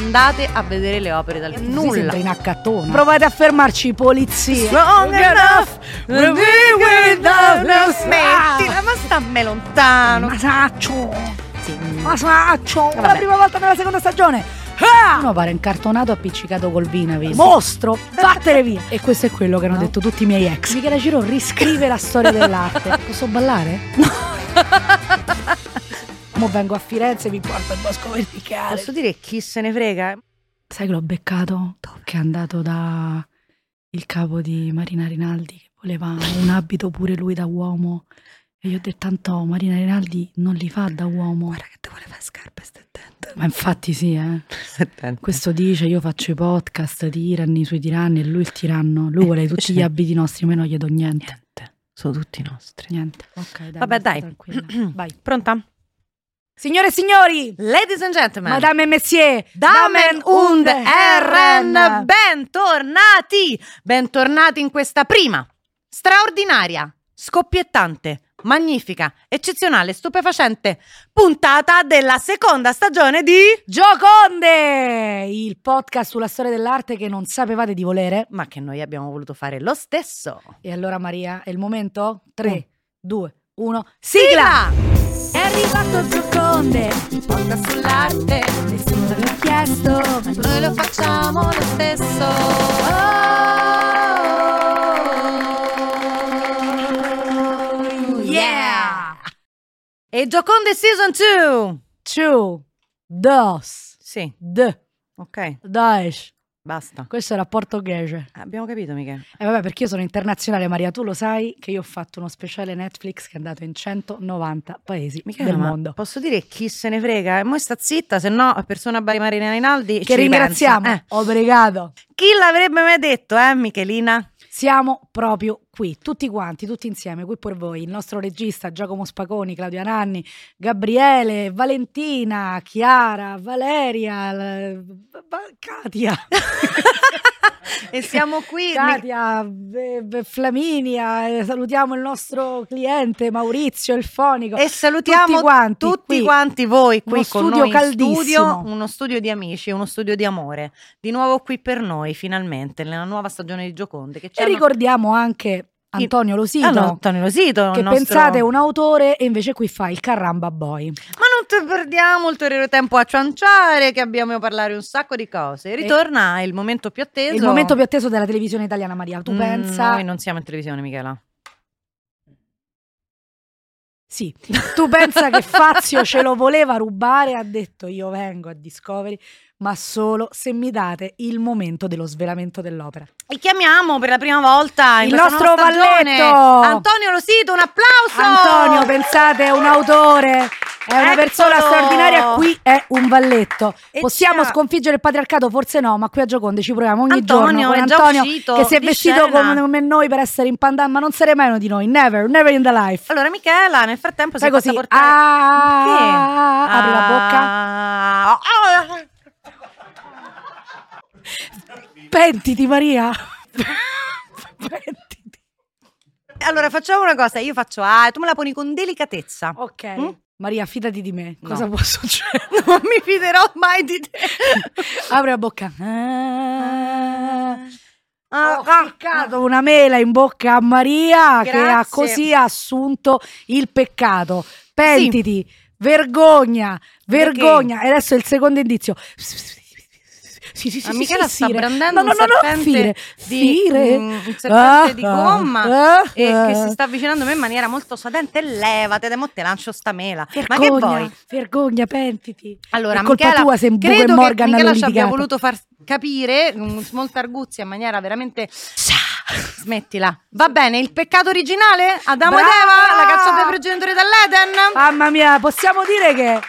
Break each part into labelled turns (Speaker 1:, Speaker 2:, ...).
Speaker 1: Andate a vedere le opere dal vivo.
Speaker 2: Nulla.
Speaker 1: Nulla.
Speaker 2: Sembra in accattone. Provate a fermarci, polizia.
Speaker 1: Strong enough
Speaker 2: to be without no Ah.
Speaker 1: Smettila, ma stammi lontano.
Speaker 2: Masaccio.
Speaker 1: Sì.
Speaker 2: Masaccio. Per la
Speaker 1: Vabbè.
Speaker 2: prima volta nella seconda stagione. Eh, Ah! Uno pare incartonato appiccicato col Vinavis. Mostro, vattene via. E questo è quello che hanno
Speaker 1: No.
Speaker 2: detto tutti i miei ex. Michela Ciro riscrive la storia dell'arte. Posso ballare? Mo vengo a Firenze e mi porto al bosco verticale.
Speaker 1: Posso dire chi se ne frega?
Speaker 2: Sai che l'ho beccato? Che è andato da il capo di Marina Rinaldi che voleva un abito pure lui da uomo. E gli ho detto tanto Marina Rinaldi non li fa da uomo.
Speaker 1: che ti vuole fare scarpe sta attento.
Speaker 2: Ma infatti sì, eh. Questo dice io faccio i podcast, tiranni sui tiranni e lui il tiranno. Lui vuole tutti gli abiti nostri, ma io non gli do niente.
Speaker 1: Sono tutti nostri.
Speaker 2: Niente. Ok, dai.
Speaker 1: Vabbè,
Speaker 2: sto
Speaker 1: dai.
Speaker 2: tranquilla. Vai.
Speaker 1: Pronta?
Speaker 2: Signore e signori,
Speaker 1: Ladies and gentlemen.
Speaker 2: madame e messieurs,
Speaker 1: Damen und Herren,
Speaker 2: Herren.
Speaker 1: bentornati! Bentornati in questa prima, straordinaria, scoppiettante, magnifica, eccezionale, stupefacente puntata della seconda stagione di...
Speaker 2: Gioconde, il podcast sulla storia dell'arte che non sapevate di volere.
Speaker 1: Ma che noi abbiamo voluto fare lo stesso!
Speaker 2: E allora Maria, è il momento?
Speaker 1: Mm.
Speaker 2: 3, 2, 1, sigla!
Speaker 1: Sigla!
Speaker 2: È arrivato Gioconde,
Speaker 1: Podcast sull'arte,
Speaker 2: nessuno l'ha chiesto, ma
Speaker 1: noi lo facciamo lo stesso! Oh,
Speaker 2: noi-
Speaker 1: Yeah! E Gioconde Season 2!
Speaker 2: Two, dos,
Speaker 1: Sì,
Speaker 2: d,
Speaker 1: ok,
Speaker 2: daesh.
Speaker 1: basta.
Speaker 2: Questo era portoghese.
Speaker 1: Abbiamo capito, Michele.
Speaker 2: E Eh, vabbè, perché io sono internazionale, Maria, tu lo sai che io ho fatto uno speciale Netflix che è andato in 190 paesi
Speaker 1: Michela,
Speaker 2: del
Speaker 1: ma
Speaker 2: mondo.
Speaker 1: Posso dire chi se ne frega? E mo sta zitta, se no, a persona Bari Marina Rinaldi. Eh,
Speaker 2: Che ringraziamo, obrigado.
Speaker 1: Chi l'avrebbe mai detto, eh, Michelina?
Speaker 2: Siamo proprio qui, tutti quanti, tutti insieme, qui per voi. Il nostro regista Giacomo Spaconi, Claudio Ananni, Gabriele, Valentina, Chiara, Valeria, l- va- Katia.
Speaker 1: e siamo qui. Mi-
Speaker 2: Katia, eh, eh, Flaminia, eh, salutiamo il nostro cliente Maurizio, il fonico.
Speaker 1: E salutiamo
Speaker 2: Ecco, tutti quanti,
Speaker 1: tutti
Speaker 2: qui.
Speaker 1: quanti voi qui
Speaker 2: Uno
Speaker 1: con
Speaker 2: studio
Speaker 1: noi in
Speaker 2: caldissimo.
Speaker 1: studio, uno studio di amici, uno studio di amore. Di nuovo qui per noi, finalmente, nella nuova stagione di Gioconde. Che ci
Speaker 2: E
Speaker 1: hanno-
Speaker 2: ricordiamo anche Antonio Losito.
Speaker 1: Ah, no, Antonio Losito,
Speaker 2: che
Speaker 1: il nostro-
Speaker 2: pensate è un autore e invece qui fa il Carramba Boy.
Speaker 1: Ma non te- perdiamo ulteriore tempo a cianciare, che abbiamo a parlare un sacco di cose. Ritorna il momento più atteso.
Speaker 2: Il momento più atteso della televisione italiana, Maria. Tu
Speaker 1: Esatto. Mm,
Speaker 2: pensa?
Speaker 1: Noi non siamo in televisione, Michela.
Speaker 2: Sì, tu pensa che Fazio ce lo voleva rubare? Ha detto io vengo a Discovery, ma solo se mi date il momento dello svelamento dell'opera.
Speaker 1: E chiamiamo per la prima volta in
Speaker 2: Il
Speaker 1: questa
Speaker 2: nostro
Speaker 1: nuova stagione
Speaker 2: Valletto!
Speaker 1: Antonio Losito, un applauso!
Speaker 2: Antonio, pensate, è un autore, è una
Speaker 1: Eccolo!
Speaker 2: persona straordinaria, qui è un valletto.
Speaker 1: E
Speaker 2: Possiamo
Speaker 1: c'è-
Speaker 2: sconfiggere il patriarcato? Forse no, ma qui a Gioconde ci proviamo ogni
Speaker 1: Antonio
Speaker 2: giorno con
Speaker 1: è già
Speaker 2: Antonio
Speaker 1: uscito
Speaker 2: che si è
Speaker 1: di
Speaker 2: vestito
Speaker 1: scena.
Speaker 2: come, come noi per essere in pandan, ma non sarei mai uno di noi, never, never in the life.
Speaker 1: Allora Michela, nel frattempo
Speaker 2: Fai
Speaker 1: si
Speaker 2: così,
Speaker 1: è fatta portare...
Speaker 2: ah, apri la bocca.
Speaker 1: la bocca.
Speaker 2: Pentiti Maria. Pentiti.
Speaker 1: Allora facciamo una cosa, io faccio ah, e tu me la poni con delicatezza.
Speaker 2: Ok.
Speaker 1: Mm?
Speaker 2: Hm? Maria, fidati di me.
Speaker 1: No.
Speaker 2: Cosa può succedere?
Speaker 1: Non mi fiderò mai di te.
Speaker 2: Apri la bocca. Eh. Ah,
Speaker 1: Ah,
Speaker 2: ho
Speaker 1: ah,
Speaker 2: ficcato una mela in bocca a Maria che ha
Speaker 1: Grazie.
Speaker 2: così assunto il peccato. Pentiti, vergogna, vergogna. E adesso il secondo indizio. Sì, sì, sì,
Speaker 1: Ah,
Speaker 2: sì,
Speaker 1: Michela
Speaker 2: sì,
Speaker 1: sta
Speaker 2: fire.
Speaker 1: brandando
Speaker 2: no, no,
Speaker 1: un
Speaker 2: no, no,
Speaker 1: serpente
Speaker 2: fire,
Speaker 1: di,
Speaker 2: fire.
Speaker 1: mm, un serpente
Speaker 2: Ah,
Speaker 1: di
Speaker 2: ah,
Speaker 1: gomma
Speaker 2: ah,
Speaker 1: e che
Speaker 2: ah.
Speaker 1: si sta avvicinando a me in maniera molto sodente. Levate, demo te lancio sta mela. Ma che
Speaker 2: Vergogna,
Speaker 1: vuoi?
Speaker 2: Vergogna, pentiti.
Speaker 1: Allora,
Speaker 2: È colpa
Speaker 1: Michela,
Speaker 2: tua se Buco e
Speaker 1: credo che
Speaker 2: Morgan hanno
Speaker 1: Michela ci abbia
Speaker 2: litigato.
Speaker 1: voluto far capire con molta arguzia in maniera veramente smettila. Va bene, il peccato originale Adamo ed
Speaker 2: Brava!
Speaker 1: Eva, la caccia dei progenitori dall'Eden.
Speaker 2: Mamma mia, possiamo dire che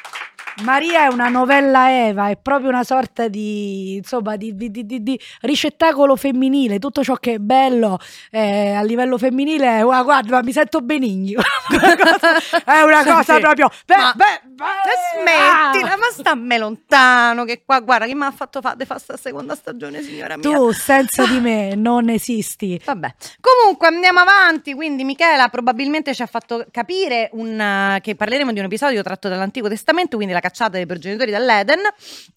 Speaker 2: Maria è una novella Eva, è proprio una sorta di, insomma, di, di- di- di- di ricettacolo femminile. Tutto ciò che è bello eh, a livello femminile è, "Ua, guarda, mi sento benigni. è una Ah, cosa
Speaker 1: Senti,
Speaker 2: proprio... Beh,
Speaker 1: ma-
Speaker 2: beh, beh,
Speaker 1: E Smettila,
Speaker 2: Ah.
Speaker 1: ma sta a me lontano che qua, guarda, che mi ha fatto fare fa sta seconda stagione, signora mia.
Speaker 2: Tu senza di me non esisti.
Speaker 1: Vabbè, comunque andiamo avanti, quindi Michela probabilmente ci ha fatto capire un, eh, che parleremo di un episodio tratto dall'Antico Testamento, quindi la cacciata dei progenitori dall'Eden,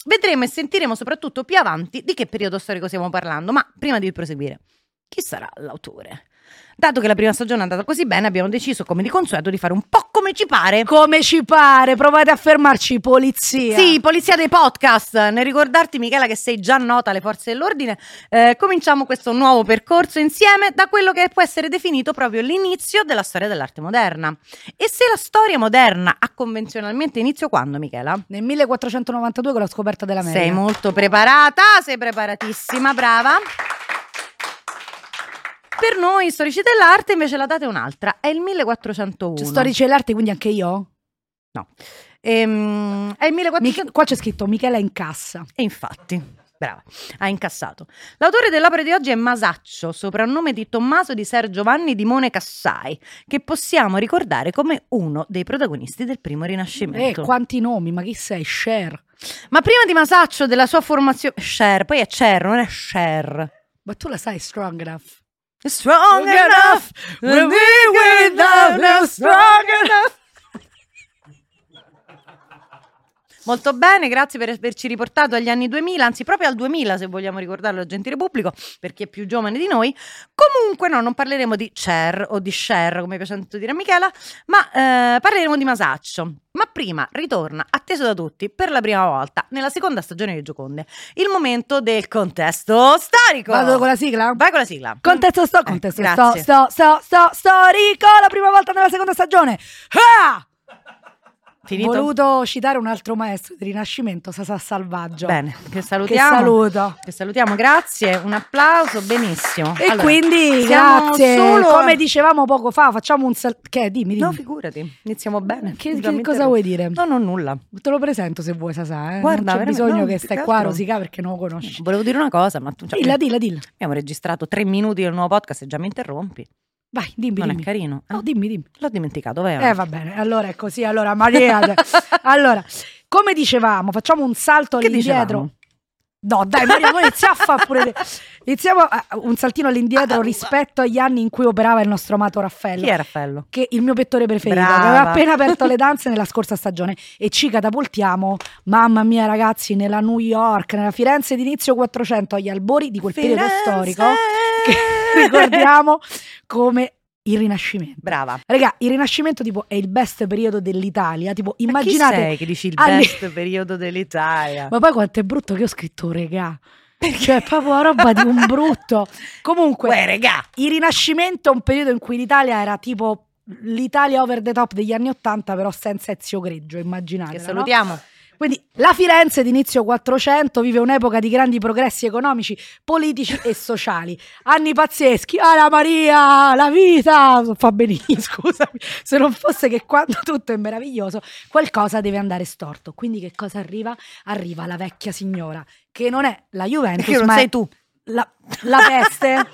Speaker 1: vedremo e sentiremo soprattutto più avanti di che periodo storico stiamo parlando. Ma prima di proseguire, chi sarà l'autore? Dato che la prima stagione è andata così bene, abbiamo deciso, come di consueto, di fare un po' come ci pare.
Speaker 2: Come ci pare, provate a fermarci, polizia.
Speaker 1: Sì, polizia dei podcast. Nel ricordarti, Michela, che sei già nota alle forze dell'ordine, eh, cominciamo questo nuovo percorso insieme da quello che può essere definito proprio l'inizio della storia dell'arte moderna. E se la storia moderna ha convenzionalmente inizio quando, Michela?
Speaker 2: Nel 1492 con la scoperta dell'America.
Speaker 1: Sei molto preparata, sei preparatissima, brava. Per noi storici dell'arte invece la data è un'altra, è il 1401.
Speaker 2: Cioè, storici dell'arte, quindi anche io.
Speaker 1: Ehm, è il 1401.
Speaker 2: Mich- qua c'è scritto Michela in cassa.
Speaker 1: E infatti, brava, ha incassato. L'autore dell'opera di oggi è Masaccio, soprannome di Tommaso di Ser Giovanni di Mone Cassai, che possiamo ricordare come uno dei protagonisti del primo
Speaker 2: Eh,
Speaker 1: Rinascimento.
Speaker 2: quanti nomi, ma chi sei? Cher.
Speaker 1: Ma prima di Masaccio, della sua formazione... Cher, poi è Cher, non è Cher.
Speaker 2: Ma tu la sai, strong enough.
Speaker 1: Strong enough, when we were not strong enough. Molto bene, grazie per averci riportato agli anni 2000, anzi proprio al 2000 se vogliamo ricordarlo al gentile pubblico, per chi è più giovane di noi. Comunque no, non parleremo di Cher o di Cher, come piace tanto dire a Michela, ma eh, parleremo di Masaccio. Ma prima ritorna, atteso da tutti, per la prima volta, nella seconda stagione di Gioconde, il momento del contesto storico.
Speaker 2: Vado con la sigla?
Speaker 1: Vai con la sigla.
Speaker 2: Contesto sto,
Speaker 1: Eh,
Speaker 2: contesto sto,
Speaker 1: grazie.
Speaker 2: sto, sto, sto, storico, la prima volta nella seconda stagione. Ah!
Speaker 1: Finito?
Speaker 2: Voluto citare un altro maestro del Rinascimento, Sasà Salvaggio.
Speaker 1: Bene, che
Speaker 2: Che
Speaker 1: salutiamo.
Speaker 2: saluto.
Speaker 1: Che salutiamo, grazie, un applauso, benissimo.
Speaker 2: E
Speaker 1: Allora,
Speaker 2: quindi
Speaker 1: siamo
Speaker 2: grazie.
Speaker 1: solo-
Speaker 2: Come dicevamo poco fa, facciamo un sal- che dimmi, dimmi.
Speaker 1: No, figurati, iniziamo bene.
Speaker 2: Che-
Speaker 1: Scusa,
Speaker 2: che
Speaker 1: mi
Speaker 2: cosa
Speaker 1: interrompo.
Speaker 2: vuoi dire?
Speaker 1: No, no, nulla.
Speaker 2: Te lo presento se vuoi, Sasà. Eh?
Speaker 1: Guarda,
Speaker 2: non c'è
Speaker 1: veramente-
Speaker 2: bisogno
Speaker 1: no,
Speaker 2: che
Speaker 1: più
Speaker 2: stai
Speaker 1: che
Speaker 2: qua a
Speaker 1: altro-
Speaker 2: rosica perché non lo conosci.
Speaker 1: Volevo dire una cosa, ma tu, cioè,
Speaker 2: Dilla, dilla, dilla.
Speaker 1: abbiamo registrato tre minuti del nuovo podcast e già mi interrompi.
Speaker 2: Vai, dimmi,
Speaker 1: non
Speaker 2: dimmi.
Speaker 1: è carino. eh?
Speaker 2: No, dimmi, dimmi.
Speaker 1: L'ho dimenticato, vero?
Speaker 2: Eh, va bene, allora è così. Allora, Maria. cioè, allora, come dicevamo, facciamo un salto
Speaker 1: Che
Speaker 2: all'indietro.
Speaker 1: dicevamo?
Speaker 2: No, dai, Maria, noi iniziamo a fare pure. Iniziamo a- un saltino all'indietro
Speaker 1: Ah,
Speaker 2: rispetto agli anni in cui operava il nostro amato Raffaello.
Speaker 1: Chi è Raffaello?
Speaker 2: Che il mio pettore preferito,
Speaker 1: Brava.
Speaker 2: che aveva appena aperto le danze nella scorsa stagione e ci catapultiamo, mamma mia ragazzi, nella New York, nella Firenze d'inizio 400, agli albori di quel periodo
Speaker 1: Firenze!
Speaker 2: storico che ricordiamo come il Rinascimento.
Speaker 1: Brava. Ma
Speaker 2: Raga, il Rinascimento tipo è il best periodo dell'Italia, tipo
Speaker 1: Chi
Speaker 2: immaginate...
Speaker 1: sei che dici il
Speaker 2: alle-
Speaker 1: best periodo dell'Italia?
Speaker 2: Ma poi quanto è brutto che ho scritto regà. Cioè, è proprio una roba di un brutto. Ah,
Speaker 1: Uè,
Speaker 2: Comunque,
Speaker 1: regà.
Speaker 2: il Rinascimento è un periodo in cui l'Italia era tipo l'Italia over the top degli anni Ottanta, però senza Ezio Greggio, immaginate.
Speaker 1: Che salutiamo.
Speaker 2: Quindi la Firenze d'inizio 400 vive un'epoca di grandi progressi economici, politici e sociali. Anni pazzeschi. Ah, la Maria, la vita. Fa benissimo, scusami. Se non fosse che quando tutto è meraviglioso, qualcosa deve andare storto. Quindi che cosa arriva? Arriva la vecchia signora, che non è la Juventus,
Speaker 1: Perché non
Speaker 2: ma
Speaker 1: sei
Speaker 2: è
Speaker 1: tu.
Speaker 2: la, la peste.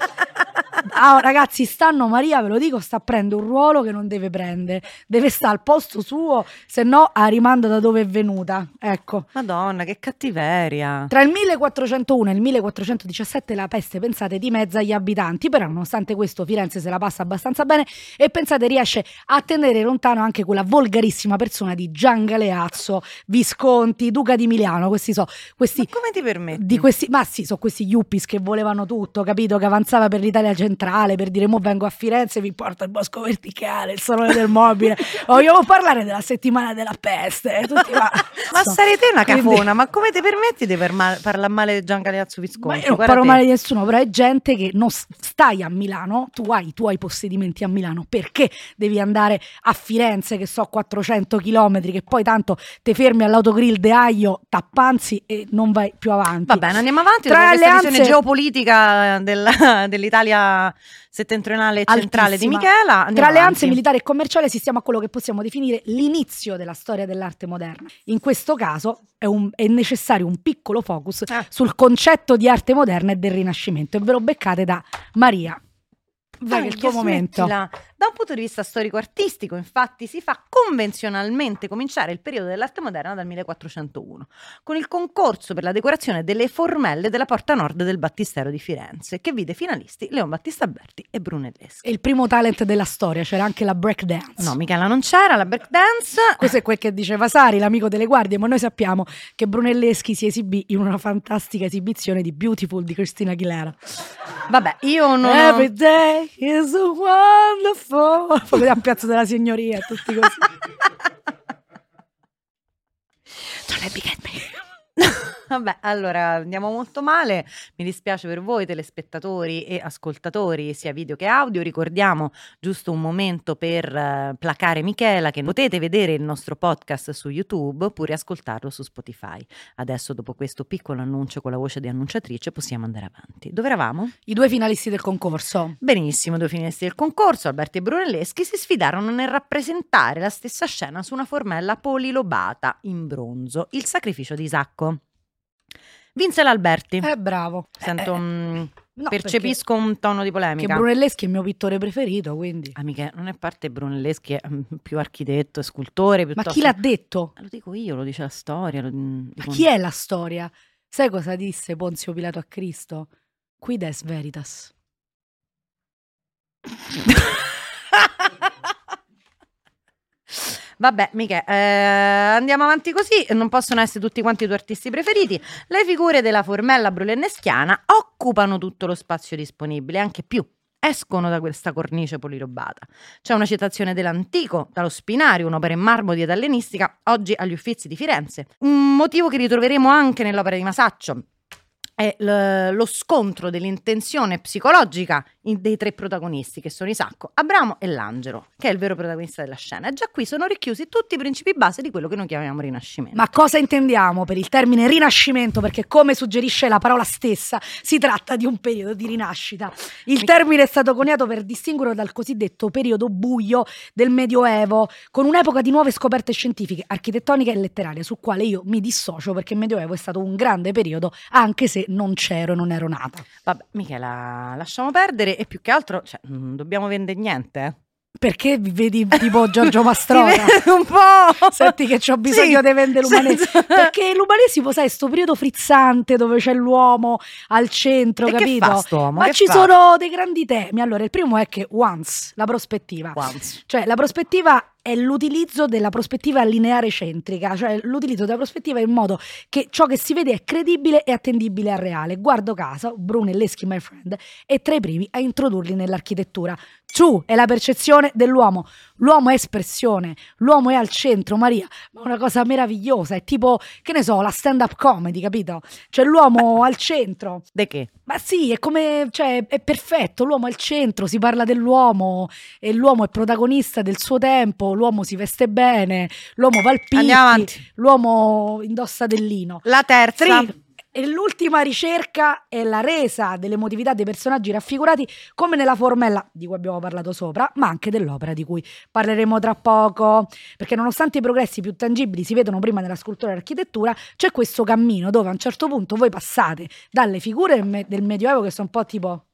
Speaker 2: Ah, ragazzi, stanno Maria, ve lo dico, sta prendendo un ruolo che non deve prendere. Deve stare al posto suo, se no ah, rimanda da dove è venuta. Ecco.
Speaker 1: Madonna, che cattiveria.
Speaker 2: Tra il 1401 e il 1417 la peste, pensate, dimezza gli abitanti, però nonostante questo Firenze se la passa abbastanza bene e pensate riesce a tenere lontano anche quella volgarissima persona di Gian Galeazzo, Visconti, Duca di Milano, questi so, questi
Speaker 1: Ma come ti permetti?
Speaker 2: di questi, ma sì, sono questi yuppies che volevano tutto, capito? Che avanzava per l'Italia centrale per dire: Mo vengo a Firenze, vi porto il bosco verticale, il salone del mobile. Vogliamo parlare della settimana della peste. e Tutti qua.
Speaker 1: Ma
Speaker 2: So.
Speaker 1: sarete una
Speaker 2: Oh, Quindi-
Speaker 1: cafona, ma come ti permetti di per ma- parlare male di Gian Galeazzo
Speaker 2: Ma
Speaker 1: Visconti?
Speaker 2: io non
Speaker 1: Guarda
Speaker 2: parlo
Speaker 1: te.
Speaker 2: male di nessuno, però è gente che non s- stai a Milano, tu hai i tuoi possedimenti a Milano, perché devi andare a Firenze, che so 400 km, che poi tanto te fermi all'autogrill de Aglio, tappanzi e non vai più avanti.
Speaker 1: Va bene, andiamo avanti.
Speaker 2: Tra
Speaker 1: Tra questa
Speaker 2: alleanze-
Speaker 1: visione geopolitica della- dell'Italia settentrionale e centrale di
Speaker 2: Altissima.
Speaker 1: Michela. andiamo
Speaker 2: Tra alleanze
Speaker 1: avanti.
Speaker 2: militari e commerciali assistiamo a quello che possiamo definire l'inizio della storia dell'arte moderna. In questo caso è, un- è necessario un piccolo focus
Speaker 1: Ah.
Speaker 2: sul concetto di arte moderna e del Rinascimento e ve lo beccate da Maria. Vai che è il tuo
Speaker 1: Voglio
Speaker 2: momento.
Speaker 1: smetterla. Da un punto di vista storico-artistico, infatti, si fa convenzionalmente cominciare il periodo dell'arte moderna dal 1401, con il concorso per la decorazione delle formelle della porta nord del Battistero di Firenze, che vide finalisti Leon Battista Berti e Brunelleschi.
Speaker 2: È il primo talent della storia, c'era anche la breakdance.
Speaker 1: No, Michela non c'era, la breakdance.
Speaker 2: Questo è quel che diceva Sari, l'amico delle guardie, ma noi sappiamo che Brunelleschi si esibì in una fantastica esibizione di Beautiful di Christina Aguilera.
Speaker 1: Vabbè, io non...
Speaker 2: Every day is a wonderful. Poi vediamo Piazza della Signoria, tutti così. Don't let me get me.
Speaker 1: Vabbè, allora andiamo molto male. Mi dispiace per voi, telespettatori e ascoltatori, sia video che audio. Ricordiamo giusto un momento per eh, placare Michela che potete vedere il nostro podcast su YouTube oppure ascoltarlo su Spotify. Adesso, dopo questo piccolo annuncio con la voce di annunciatrice, possiamo andare avanti. Dove eravamo?
Speaker 2: I due finalisti del concorso.
Speaker 1: Benissimo, due finesti del concorso, Alberti e Brunelleschi si sfidarono nel rappresentare la stessa scena su una formella polilobata in bronzo, il sacrificio di Isacco. Vinse l'Alberti.
Speaker 2: Eh, bravo.
Speaker 1: Sento,
Speaker 2: Eh,
Speaker 1: mm,
Speaker 2: no,
Speaker 1: percepisco un tono di
Speaker 2: perché- Che
Speaker 1: polemica.
Speaker 2: Brunelleschi è il mio pittore preferito, quindi.
Speaker 1: Amiche, non è parte Brunelleschi è mm, più architetto e scultore
Speaker 2: Ma
Speaker 1: piuttosto. Ah,
Speaker 2: chi l'ha detto?
Speaker 1: Lo dico io, lo dice la storia. lo- mm,
Speaker 2: Ma
Speaker 1: dico-
Speaker 2: chi è la storia? Sai cosa disse Ponzio Pilato a Cristo? Quid est veritas?
Speaker 1: Vabbè, Miche, eh, andiamo avanti così. Non possono essere tutti quanti i tuoi artisti preferiti. Le figure della formella brulenneschiana occupano tutto lo spazio disponibile, anche più. Escono da questa cornice polirobata. C'è una citazione dell'antico, dallo Spinario, un'opera in marmo di età ellenistica, oggi agli Uffizi di Firenze. Un motivo che ritroveremo anche nell'opera di Masaccio. È l- lo scontro dell'intenzione psicologica in- dei tre protagonisti, che sono Isacco, Abramo e l'Angelo, che è il vero protagonista della scena. E già qui sono richiusi tutti i principi base di quello che noi chiamiamo Rinascimento.
Speaker 2: Ma cosa intendiamo per il termine rinascimento? Perché come suggerisce la parola stessa, si tratta di un periodo di rinascita. Il termine è stato coniato per distinguerlo dal cosiddetto periodo buio del Medioevo, con un'epoca di nuove scoperte scientifiche, architettoniche e letterarie, sul quale io mi dissocio perché il Medioevo è stato un grande periodo, anche se non c'ero e non ero nata.
Speaker 1: Vabbè, Michela, lasciamo perdere e più che altro cioè, non dobbiamo vendere niente. eh.
Speaker 2: Perché vi vedi tipo Giorgio
Speaker 1: Ti
Speaker 2: Mastrona?
Speaker 1: vedo un po'.
Speaker 2: Senti che ho bisogno
Speaker 1: Sì,
Speaker 2: di vendere l'umanesimo.
Speaker 1: senza-
Speaker 2: Perché l'umanesimo, sai, sto periodo frizzante dove c'è l'uomo al centro,
Speaker 1: E che
Speaker 2: capito?
Speaker 1: fa st'uomo?
Speaker 2: Ma
Speaker 1: Che
Speaker 2: ci
Speaker 1: fa?
Speaker 2: sono dei grandi temi. Allora, il primo è che once, la prospettiva.
Speaker 1: Quanti?
Speaker 2: Cioè, la prospettiva è l'utilizzo della prospettiva lineare centrica, cioè l'utilizzo della prospettiva in modo che ciò che si vede è credibile e attendibile al reale. Guardo caso, Brunelleschi, my friend, è tra i primi a introdurli nell'architettura. True è la percezione dell'uomo. L'uomo è espressione, l'uomo è al centro, Maria, ma è una cosa meravigliosa, è tipo, che ne so, la stand-up comedy, capito? Cioè l'uomo al centro.
Speaker 1: De che?
Speaker 2: Ma sì, è come, cioè, è perfetto, l'uomo è al centro, si parla dell'uomo e l'uomo è protagonista del suo tempo, l'uomo si veste bene, l'uomo va al
Speaker 1: Andiamo
Speaker 2: pitti,
Speaker 1: avanti.
Speaker 2: l'uomo indossa del lino.
Speaker 1: La terza.
Speaker 2: Tri- E l'ultima ricerca è la resa dell'emotività dei personaggi raffigurati come nella formella di cui abbiamo parlato sopra, ma anche dell'opera di cui parleremo tra poco, perché nonostante i progressi più tangibili si vedono prima nella scultura e architettura, c'è questo cammino dove a un certo punto voi passate dalle figure me- del Medioevo che sono un po' tipo...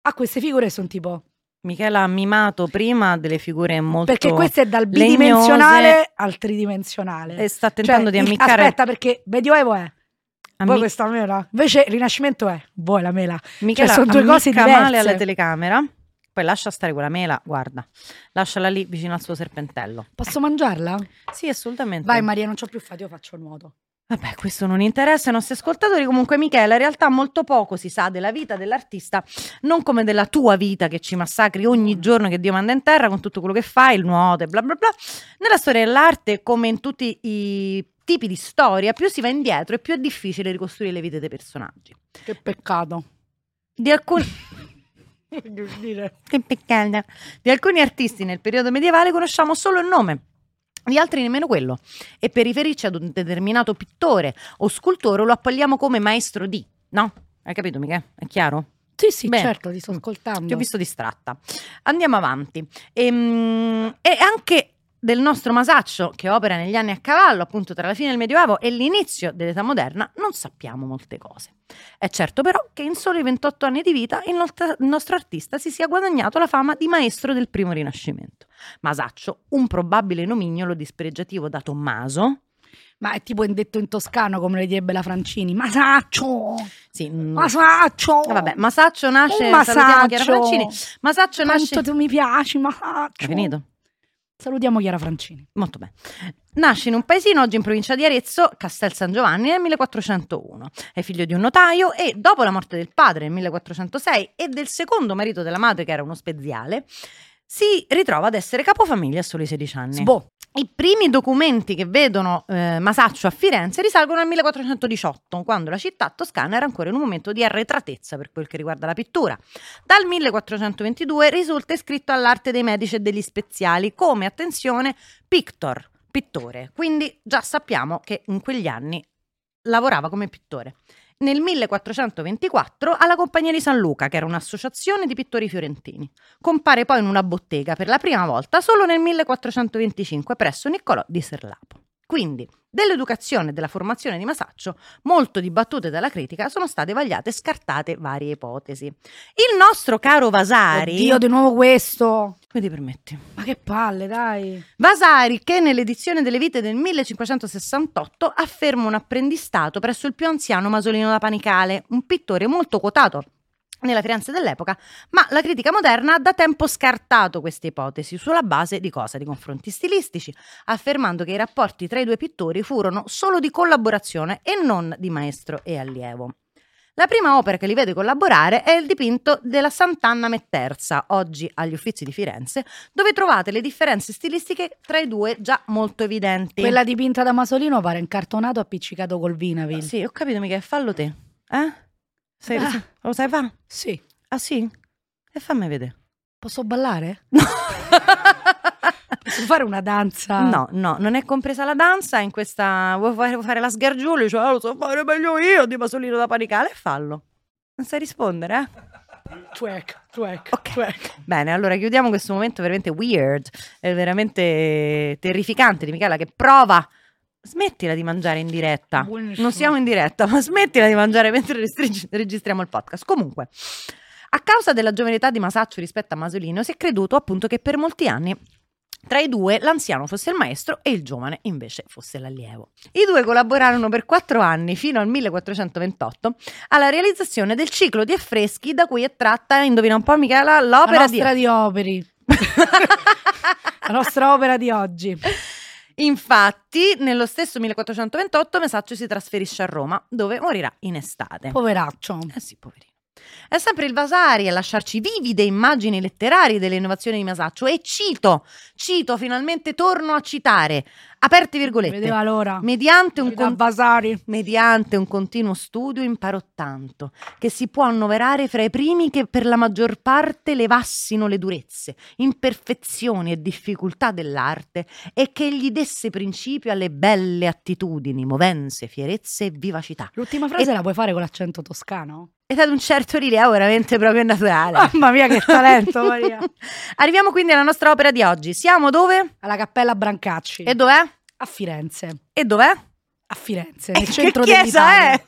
Speaker 2: a queste figure che sono tipo...
Speaker 1: Michela ha mimato prima delle figure molto.
Speaker 2: Perché questo è dal bidimensionale
Speaker 1: legnose.
Speaker 2: al tridimensionale.
Speaker 1: E sta tentando
Speaker 2: Cioè,
Speaker 1: di
Speaker 2: il-
Speaker 1: ammiccare.
Speaker 2: Aspetta, perché Medioevo è...
Speaker 1: ammi-
Speaker 2: Voi questa mela. Invece il Rinascimento è voi la mela.
Speaker 1: Michela
Speaker 2: cioè, sono due cose
Speaker 1: ammicca
Speaker 2: diverse.
Speaker 1: male alla telecamera. Poi lascia stare quella mela, guarda. Lasciala lì vicino al suo serpentello.
Speaker 2: Posso mangiarla?
Speaker 1: Sì, assolutamente.
Speaker 2: Vai Maria, non c'ho più fate, io faccio nuoto.
Speaker 1: Vabbè, questo non interessa ai nostri ascoltatori. Comunque, Michela, in realtà molto poco si sa della vita dell'artista, non come della tua vita che ci massacri ogni giorno che Dio manda in terra con tutto quello che fai, il nuoto e bla bla bla. Nella storia dell'arte, come in tutti i tipi di storia, più si va indietro e più è difficile ricostruire le vite dei personaggi.
Speaker 2: Che peccato.
Speaker 1: Di alcuni. Che peccato. Di alcuni artisti nel periodo medievale conosciamo solo il nome, di altri nemmeno quello. E per riferirci ad un determinato pittore o scultore lo appelliamo come maestro di, no? Hai capito, Michele? È chiaro?
Speaker 2: Sì, sì,
Speaker 1: Beh.
Speaker 2: certo, ti sto ascoltando.
Speaker 1: Ti ho visto distratta. Andiamo avanti. Ehm, E, anche del nostro Masaccio, che opera negli anni a cavallo, appunto tra la fine del Medioevo e l'inizio dell'età moderna, non sappiamo molte cose. È certo però che in soli 28 anni di vita il nostra- il nostro artista si sia guadagnato la fama di maestro del primo Rinascimento. Masaccio, un probabile nomignolo dispregiativo da Tommaso,
Speaker 2: Ma è tipo detto in toscano, come le direbbe la Francini. Masaccio!
Speaker 1: sì, non-
Speaker 2: Masaccio!
Speaker 1: Ah, Mm. vabbè, Masaccio nasce,
Speaker 2: Un
Speaker 1: salutiamo
Speaker 2: Masaccio!
Speaker 1: Chiara Francini. Masaccio nasce
Speaker 2: Quanto tu mi piaci, Masaccio!
Speaker 1: È finito?
Speaker 2: Salutiamo Chiara Francini.
Speaker 1: Molto bene. Nasce in un paesino oggi in provincia di Arezzo, Castel San Giovanni, nel 1401. È figlio di un notaio e, dopo la morte del padre nel 1406 e del secondo marito della madre, che era uno speziale, si ritrova ad essere capofamiglia a soli 16 anni.
Speaker 2: Sboh.
Speaker 1: I primi documenti che vedono eh, Masaccio a Firenze risalgono al 1418, quando la città toscana era ancora in un momento di arretratezza per quel che riguarda la pittura. Dal 1422 risulta iscritto all'arte dei medici e degli speziali come, attenzione, pictor, pittore. Quindi già sappiamo che in quegli anni lavorava come pittore. Nel 1424 alla Compagnia di San Luca, che era un'associazione di pittori fiorentini compare poi in una bottega per la prima volta solo nel 1425 presso Niccolò di Serlapo. Quindi, dell'educazione e della formazione di Masaccio, molto dibattute dalla critica, sono state vagliate e scartate varie ipotesi. Il nostro caro Vasari,
Speaker 2: Oddio, di nuovo questo.
Speaker 1: come ti permetti?
Speaker 2: Ma che palle, dai.
Speaker 1: Vasari, che nell'edizione delle vite del 1568 afferma un apprendistato presso il più anziano Masolino da Panicale, un pittore molto quotato nella Firenze dell'epoca, ma la critica moderna ha da tempo scartato queste ipotesi sulla base di cosa? Di confronti stilistici, affermando che i rapporti tra i due pittori furono solo di collaborazione e non di maestro e allievo. La prima opera che li vede collaborare è il dipinto della Sant'Anna Metterza, oggi agli Uffizi di Firenze, dove trovate le differenze stilistiche tra i due già molto evidenti.
Speaker 2: Quella dipinta da Masolino pare incartonato appiccicato col Vinavil.
Speaker 1: Sì, ho capito, mica, fallo te. Eh? Sei-
Speaker 2: Ah.
Speaker 1: Lo sai fa?
Speaker 2: Sì.
Speaker 1: Ah sì? E fammi vedere.
Speaker 2: Posso ballare?
Speaker 1: No.
Speaker 2: Posso fare una danza?
Speaker 1: No, no, non è compresa la danza in questa. Vuoi fare, vuoi fare la sgargiulo? Cioè, "Ah, lo so fare meglio io di Masolino da panicale e fallo. Non sai rispondere, eh?
Speaker 2: Twerk, twerk,
Speaker 1: Ok.
Speaker 2: twerk.
Speaker 1: Bene, allora chiudiamo questo momento veramente weird, è veramente terrificante di Michela che prova. Smettila di mangiare in diretta.
Speaker 2: Buonissimo.
Speaker 1: Non siamo in diretta, ma smettila di mangiare mentre restrig- registriamo il podcast. Comunque, a causa della giovane età di Masaccio rispetto a Masolino, si è creduto appunto che per molti anni tra i due l'anziano fosse il maestro e il giovane invece fosse l'allievo. I due collaborarono per quattro anni fino al 1428 alla realizzazione del ciclo di affreschi da cui è tratta, indovina un po' Michela,
Speaker 2: La
Speaker 1: l'opera di...
Speaker 2: nostra di operi. La nostra opera di oggi.
Speaker 1: Infatti, nello stesso 1428 Masaccio si trasferisce a Roma, dove morirà in estate.
Speaker 2: Poveraccio.
Speaker 1: Eh sì, poverino. È sempre il Vasari a lasciarci vivide immagini letterarie delle innovazioni di Masaccio e cito, cito, finalmente torno a citare, aperte virgolette,
Speaker 2: Vedeva l'ora.
Speaker 1: mediante un,
Speaker 2: Da
Speaker 1: con-
Speaker 2: Vasari.
Speaker 1: mediante un continuo studio imparò tanto, che si può annoverare fra i primi che per la maggior parte levassino le durezze, imperfezioni e difficoltà dell'arte e che gli desse principio alle belle attitudini, movenze, fierezze e vivacità.
Speaker 2: L'ultima frase la puoi fare con l'accento toscano?
Speaker 1: È stato un certo rilievo veramente proprio naturale.
Speaker 2: Mamma mia, che talento, Maria.
Speaker 1: Arriviamo quindi alla nostra opera di oggi. Siamo dove?
Speaker 2: Alla cappella Brancacci.
Speaker 1: E dov'è?
Speaker 2: a Firenze.
Speaker 1: E dov'è?
Speaker 2: A Firenze,
Speaker 1: E
Speaker 2: nel
Speaker 1: Eh, che
Speaker 2: centro
Speaker 1: chiesa
Speaker 2: dell'Italia.
Speaker 1: è?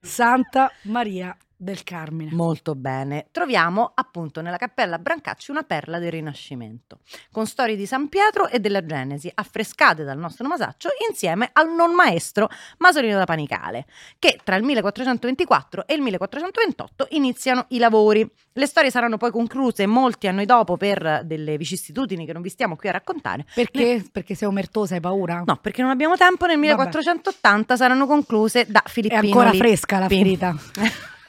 Speaker 2: Santa Maria del Carmine.
Speaker 1: Molto bene. Troviamo appunto nella cappella Brancacci una perla del Rinascimento, con storie di San Pietro e della Genesi, affrescate dal nostro Masaccio insieme al non maestro Masolino da Panicale, che tra il 1424 e il 1428 iniziano i lavori. Le storie saranno poi concluse molti anni dopo per delle vicissitudini che non vi stiamo qui a raccontare.
Speaker 2: Perché? Perché sei omertosa, hai paura?
Speaker 1: No, perché non abbiamo tempo, nel 1480 saranno concluse da
Speaker 2: È
Speaker 1: Filippino
Speaker 2: ancora
Speaker 1: Lippi.
Speaker 2: fresca la ferita.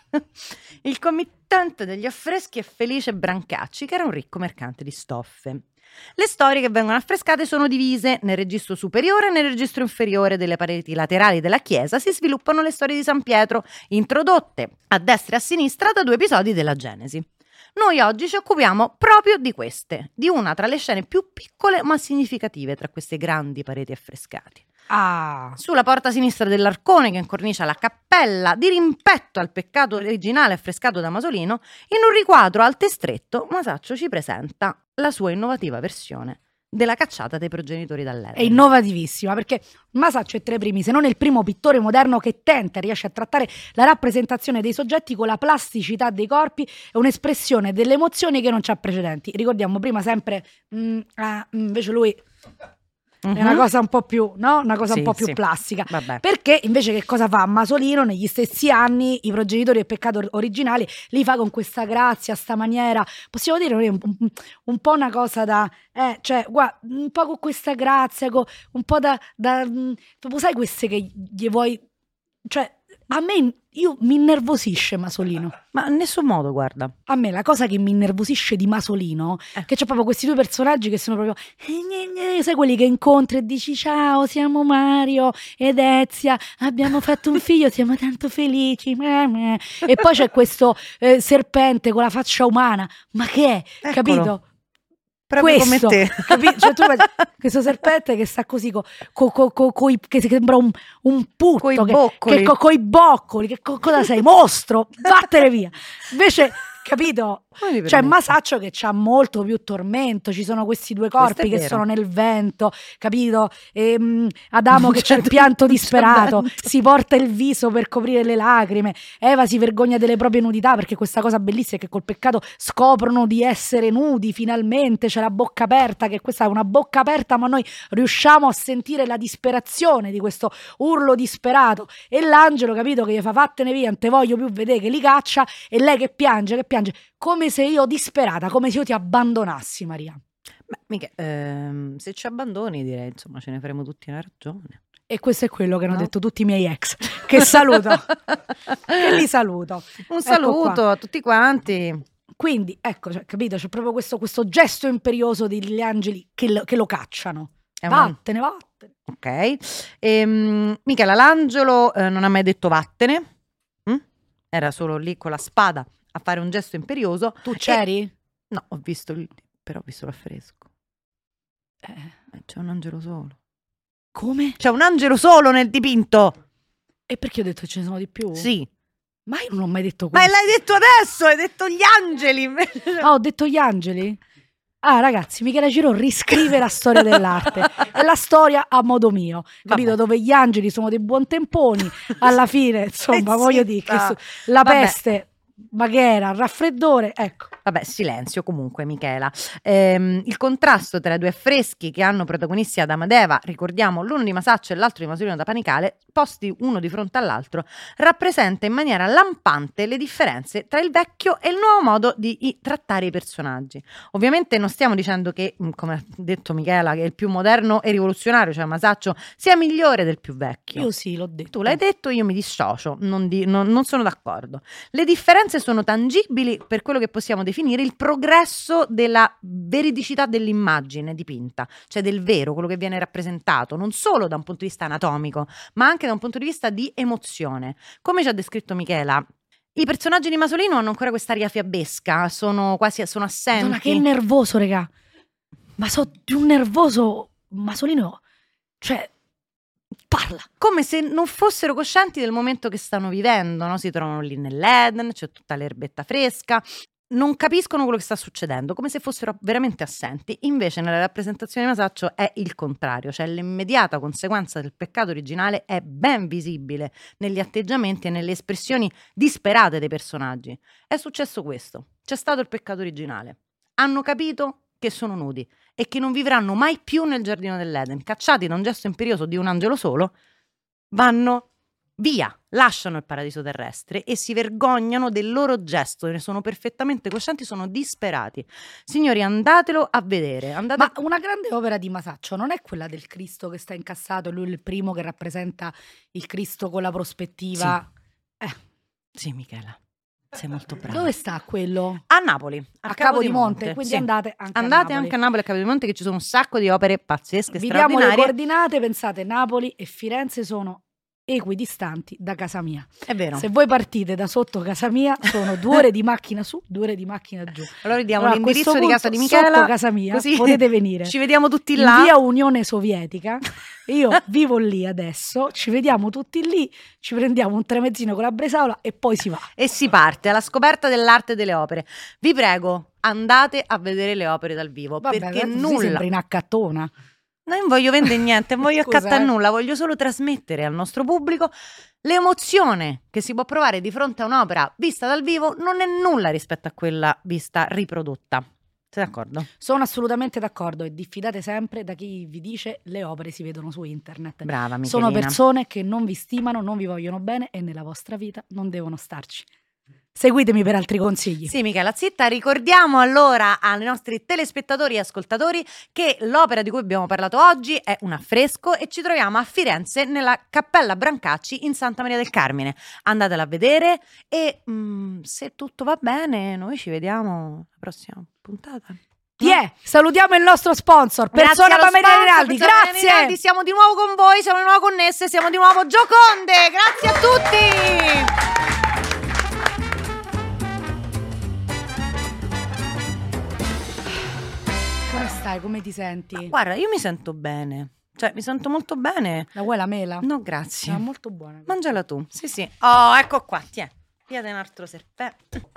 Speaker 1: Il committente degli affreschi è Felice Brancacci, che era un ricco mercante di stoffe. Le storie che vengono affrescate sono divise nel registro superiore e nel registro inferiore delle pareti laterali della chiesa si sviluppano le storie di San Pietro, introdotte a destra e a sinistra da due episodi della Genesi. Noi oggi ci occupiamo proprio di queste, di una tra le scene più piccole ma significative tra queste grandi pareti affrescate.
Speaker 2: Ah,
Speaker 1: Sulla porta sinistra dell'arcone che incornicia la cappella, di rimpetto al peccato originale affrescato da Masolino, in un riquadro alto e stretto Masaccio ci presenta la sua innovativa versione della cacciata dei progenitori dall'erba.
Speaker 2: È innovativissima perché Masaccio è tra i primi, se non il primo pittore moderno che tenta e riesce a trattare la rappresentazione dei soggetti con la plasticità dei corpi e un'espressione delle emozioni che non c'ha precedenti. Ricordiamo prima sempre, mm, ah, mm, invece lui
Speaker 1: Mhm.
Speaker 2: è una cosa un po' più, no? Una cosa
Speaker 1: Sì,
Speaker 2: un po' più
Speaker 1: sì.
Speaker 2: plastica.
Speaker 1: Vabbè.
Speaker 2: Perché invece che cosa fa Masolino? Negli stessi anni i progenitori del peccato or- originali li fa con questa grazia, sta maniera, possiamo dire un, un- un po' una cosa da, eh, cioè, guarda, un po' con questa grazia, co- un po' da, da mm, tu sai queste che gli vuoi, cioè, a me, io, mi innervosisce Masolino.
Speaker 1: Ma in nessun modo, guarda.
Speaker 2: A me la cosa che mi innervosisce di Masolino
Speaker 1: Eh.
Speaker 2: che c'è proprio questi due personaggi che sono proprio eh, gne, gne, sai quelli che incontri e dici ciao siamo Mario ed Ezia abbiamo fatto un figlio siamo tanto felici meh, meh." e poi c'è questo eh, serpente con la faccia umana ma che è?
Speaker 1: Eccolo.
Speaker 2: capito?
Speaker 1: Proprio
Speaker 2: Questo,
Speaker 1: come te.
Speaker 2: capi- cioè, tu pensi- questo serpente che sta così co- co- co- co- coi- che sembra un, un putto
Speaker 1: Coi
Speaker 2: che-
Speaker 1: boccoli.
Speaker 2: che co- coi boccoli che co- cosa sei? mostro vattene via invece capito
Speaker 1: Come ti
Speaker 2: cioè
Speaker 1: permetti?
Speaker 2: Masaccio che c'ha molto più tormento, ci sono questi due corpi
Speaker 1: Questo è
Speaker 2: che
Speaker 1: vero.
Speaker 2: sono nel vento, capito? E, mm, Adamo che c'ha il pianto
Speaker 1: non c'è
Speaker 2: disperato,
Speaker 1: vento.
Speaker 2: si porta il viso per coprire le lacrime, Eva si vergogna delle proprie nudità perché questa cosa bellissima è che col peccato scoprono di essere nudi finalmente, c'è la bocca aperta, che questa è una bocca aperta ma noi riusciamo a sentire la disperazione di questo urlo disperato e l'angelo capito che gli fa vattene via, non te voglio più vedere che li caccia e lei che piange, che piange, come se io disperata, come se io ti abbandonassi Maria.
Speaker 1: Beh, mica, ehm, se ci abbandoni, direi, insomma, ce ne faremo tutti una ragione.
Speaker 2: E questo è quello che hanno
Speaker 1: No.
Speaker 2: detto tutti i miei ex, che saluto, che li saluto.
Speaker 1: Un
Speaker 2: Ecco qua.
Speaker 1: saluto a tutti quanti.
Speaker 2: Quindi, ecco, cioè, capito, c'è proprio questo, questo gesto imperioso degli angeli che lo, che lo cacciano.
Speaker 1: È una-
Speaker 2: Vattene, vattene.
Speaker 1: Ok. Ehm, Michela L'Angelo eh, non ha mai detto vattene. Mm? Era solo lì con la spada a fare un gesto imperioso.
Speaker 2: Tu c'eri?
Speaker 1: No, ho visto il... però ho visto l'affresco.
Speaker 2: Eh,
Speaker 1: Eh, C'è un angelo solo.
Speaker 2: come?
Speaker 1: C'è un angelo solo nel dipinto.
Speaker 2: E perché ho detto ce ne sono di più?
Speaker 1: Sì.
Speaker 2: Ma io non ho mai detto
Speaker 1: Ma
Speaker 2: questo.
Speaker 1: l'hai detto adesso, hai detto gli angeli.
Speaker 2: Ah, ho detto gli angeli? Ah, ragazzi, Michela Giro riscrive la storia dell'arte. È la storia a modo mio, capito?
Speaker 1: Vabbè.
Speaker 2: Dove gli angeli sono dei buon temponi, alla fine, insomma,
Speaker 1: Stai
Speaker 2: voglio dire, che
Speaker 1: zitta.
Speaker 2: su- la
Speaker 1: Vabbè.
Speaker 2: peste, maghera, raffreddore, ecco.
Speaker 1: Vabbè, silenzio comunque, Michela. Ehm, il contrasto tra i due affreschi che hanno protagonisti ad Amadeva, ricordiamo l'uno di Masaccio e l'altro di Masolino da Panicale, posti uno di fronte all'altro, rappresenta in maniera lampante le differenze tra il vecchio e il nuovo modo di i- trattare i personaggi. Ovviamente non stiamo dicendo che, mh, come ha detto Michela, che il più moderno e rivoluzionario, cioè Masaccio, sia migliore del più vecchio.
Speaker 2: Io sì, l'ho detto.
Speaker 1: Tu l'hai detto, io mi dissocio, non, di- non- non sono d'accordo. Le differenze sono tangibili per quello che possiamo definire il progresso della veridicità dell'immagine dipinta, cioè del vero, quello che viene rappresentato, non solo da un punto di vista anatomico, ma anche da un punto di vista di emozione. Come ci ha descritto Michela, i personaggi di Masolino hanno ancora quest'aria fiabesca, sono quasi sono assenti.
Speaker 2: Madonna, che nervoso, raga. Ma so di un nervoso Masolino, cioè, parla.
Speaker 1: come se non fossero coscienti del momento che stanno vivendo, no? si trovano lì nell'Eden, c'è tutta l'erbetta fresca, non capiscono quello che sta succedendo, come se fossero veramente assenti. Invece nella rappresentazione di Masaccio è il contrario, cioè l'immediata conseguenza del peccato originale è ben visibile negli atteggiamenti e nelle espressioni disperate dei personaggi. È successo questo, c'è stato il peccato originale. Hanno capito che sono nudi e che non vivranno mai più nel giardino dell'Eden, cacciati da un gesto imperioso di un angelo solo, vanno via, lasciano il paradiso terrestre e si vergognano del loro gesto, ne sono perfettamente coscienti, sono disperati. Signori, andatelo a vedere, andate
Speaker 2: Ma una grande opera di Masaccio non è quella del Cristo che sta incassato, e lui è il primo che rappresenta il Cristo con la prospettiva. Eh,
Speaker 1: Sì, Michela, sei molto brava.
Speaker 2: Dove sta quello?
Speaker 1: A Napoli, a,
Speaker 2: A, Capodimonte, quindi
Speaker 1: sì.
Speaker 2: andate anche
Speaker 1: Andate
Speaker 2: a Napoli.
Speaker 1: anche a Napoli e a Capodimonte che ci sono un sacco di opere pazzesche,
Speaker 2: Vi diamo le
Speaker 1: straordinarie.
Speaker 2: coordinate, pensate Napoli e Firenze sono equidistanti da casa mia.
Speaker 1: È vero.
Speaker 2: Se voi partite da sotto casa mia, sono due ore di macchina su, due ore di macchina giù.
Speaker 1: Allora diamo
Speaker 2: Allora, a
Speaker 1: l'indirizzo
Speaker 2: questo
Speaker 1: di
Speaker 2: punto,
Speaker 1: casa di Michela.
Speaker 2: Sotto casa mia,
Speaker 1: così
Speaker 2: potete venire.
Speaker 1: Ci vediamo tutti
Speaker 2: In
Speaker 1: là.
Speaker 2: via Unione Sovietica. Io vivo lì adesso, ci vediamo tutti lì, ci prendiamo un tramezzino con la bresaola e poi si va.
Speaker 1: e si parte alla scoperta dell'arte delle opere. Vi prego, andate a vedere le opere dal vivo
Speaker 2: Vabbè,
Speaker 1: perché
Speaker 2: adesso sì,
Speaker 1: nulla.
Speaker 2: sembra in accattona.
Speaker 1: No, io non voglio vendere niente, non voglio
Speaker 2: Scusa,
Speaker 1: accattare
Speaker 2: eh.
Speaker 1: nulla, voglio solo trasmettere al nostro pubblico l'emozione che si può provare di fronte a un'opera vista dal vivo non è nulla rispetto a quella vista riprodotta. Sei d'accordo?
Speaker 2: Sono assolutamente d'accordo e diffidate sempre da chi vi dice le opere si vedono su internet.
Speaker 1: Brava Michelina.
Speaker 2: Sono persone che non vi stimano, non vi vogliono bene e nella vostra vita non devono starci. Seguitemi per altri consigli.
Speaker 1: Sì, Michela Zitta, ricordiamo allora ai nostri telespettatori e ascoltatori che l'opera di cui abbiamo parlato oggi è un affresco e ci troviamo a Firenze nella Cappella Brancacci in Santa Maria del Carmine. Andatela a vedere e mm, se tutto va bene noi ci vediamo alla prossima puntata.
Speaker 2: Ti è, salutiamo il nostro sponsor,
Speaker 1: Grazie
Speaker 2: Persona
Speaker 1: allo
Speaker 2: Pamela
Speaker 1: sponsor,
Speaker 2: Rinaldi.
Speaker 1: Persona Pamela
Speaker 2: Grazie.
Speaker 1: Rinaldi, siamo di nuovo con voi, siamo di nuovo connesse, siamo di nuovo gioconde. Grazie a tutti.
Speaker 2: Come stai? Come ti senti?
Speaker 1: Guarda, io mi sento bene. Cioè, mi sento molto bene.
Speaker 2: La vuoi la mela?
Speaker 1: No, grazie.
Speaker 2: Era molto buona.
Speaker 1: Mangiala tu. Sì, sì. Oh, ecco qua, tiè. Via un altro serpente.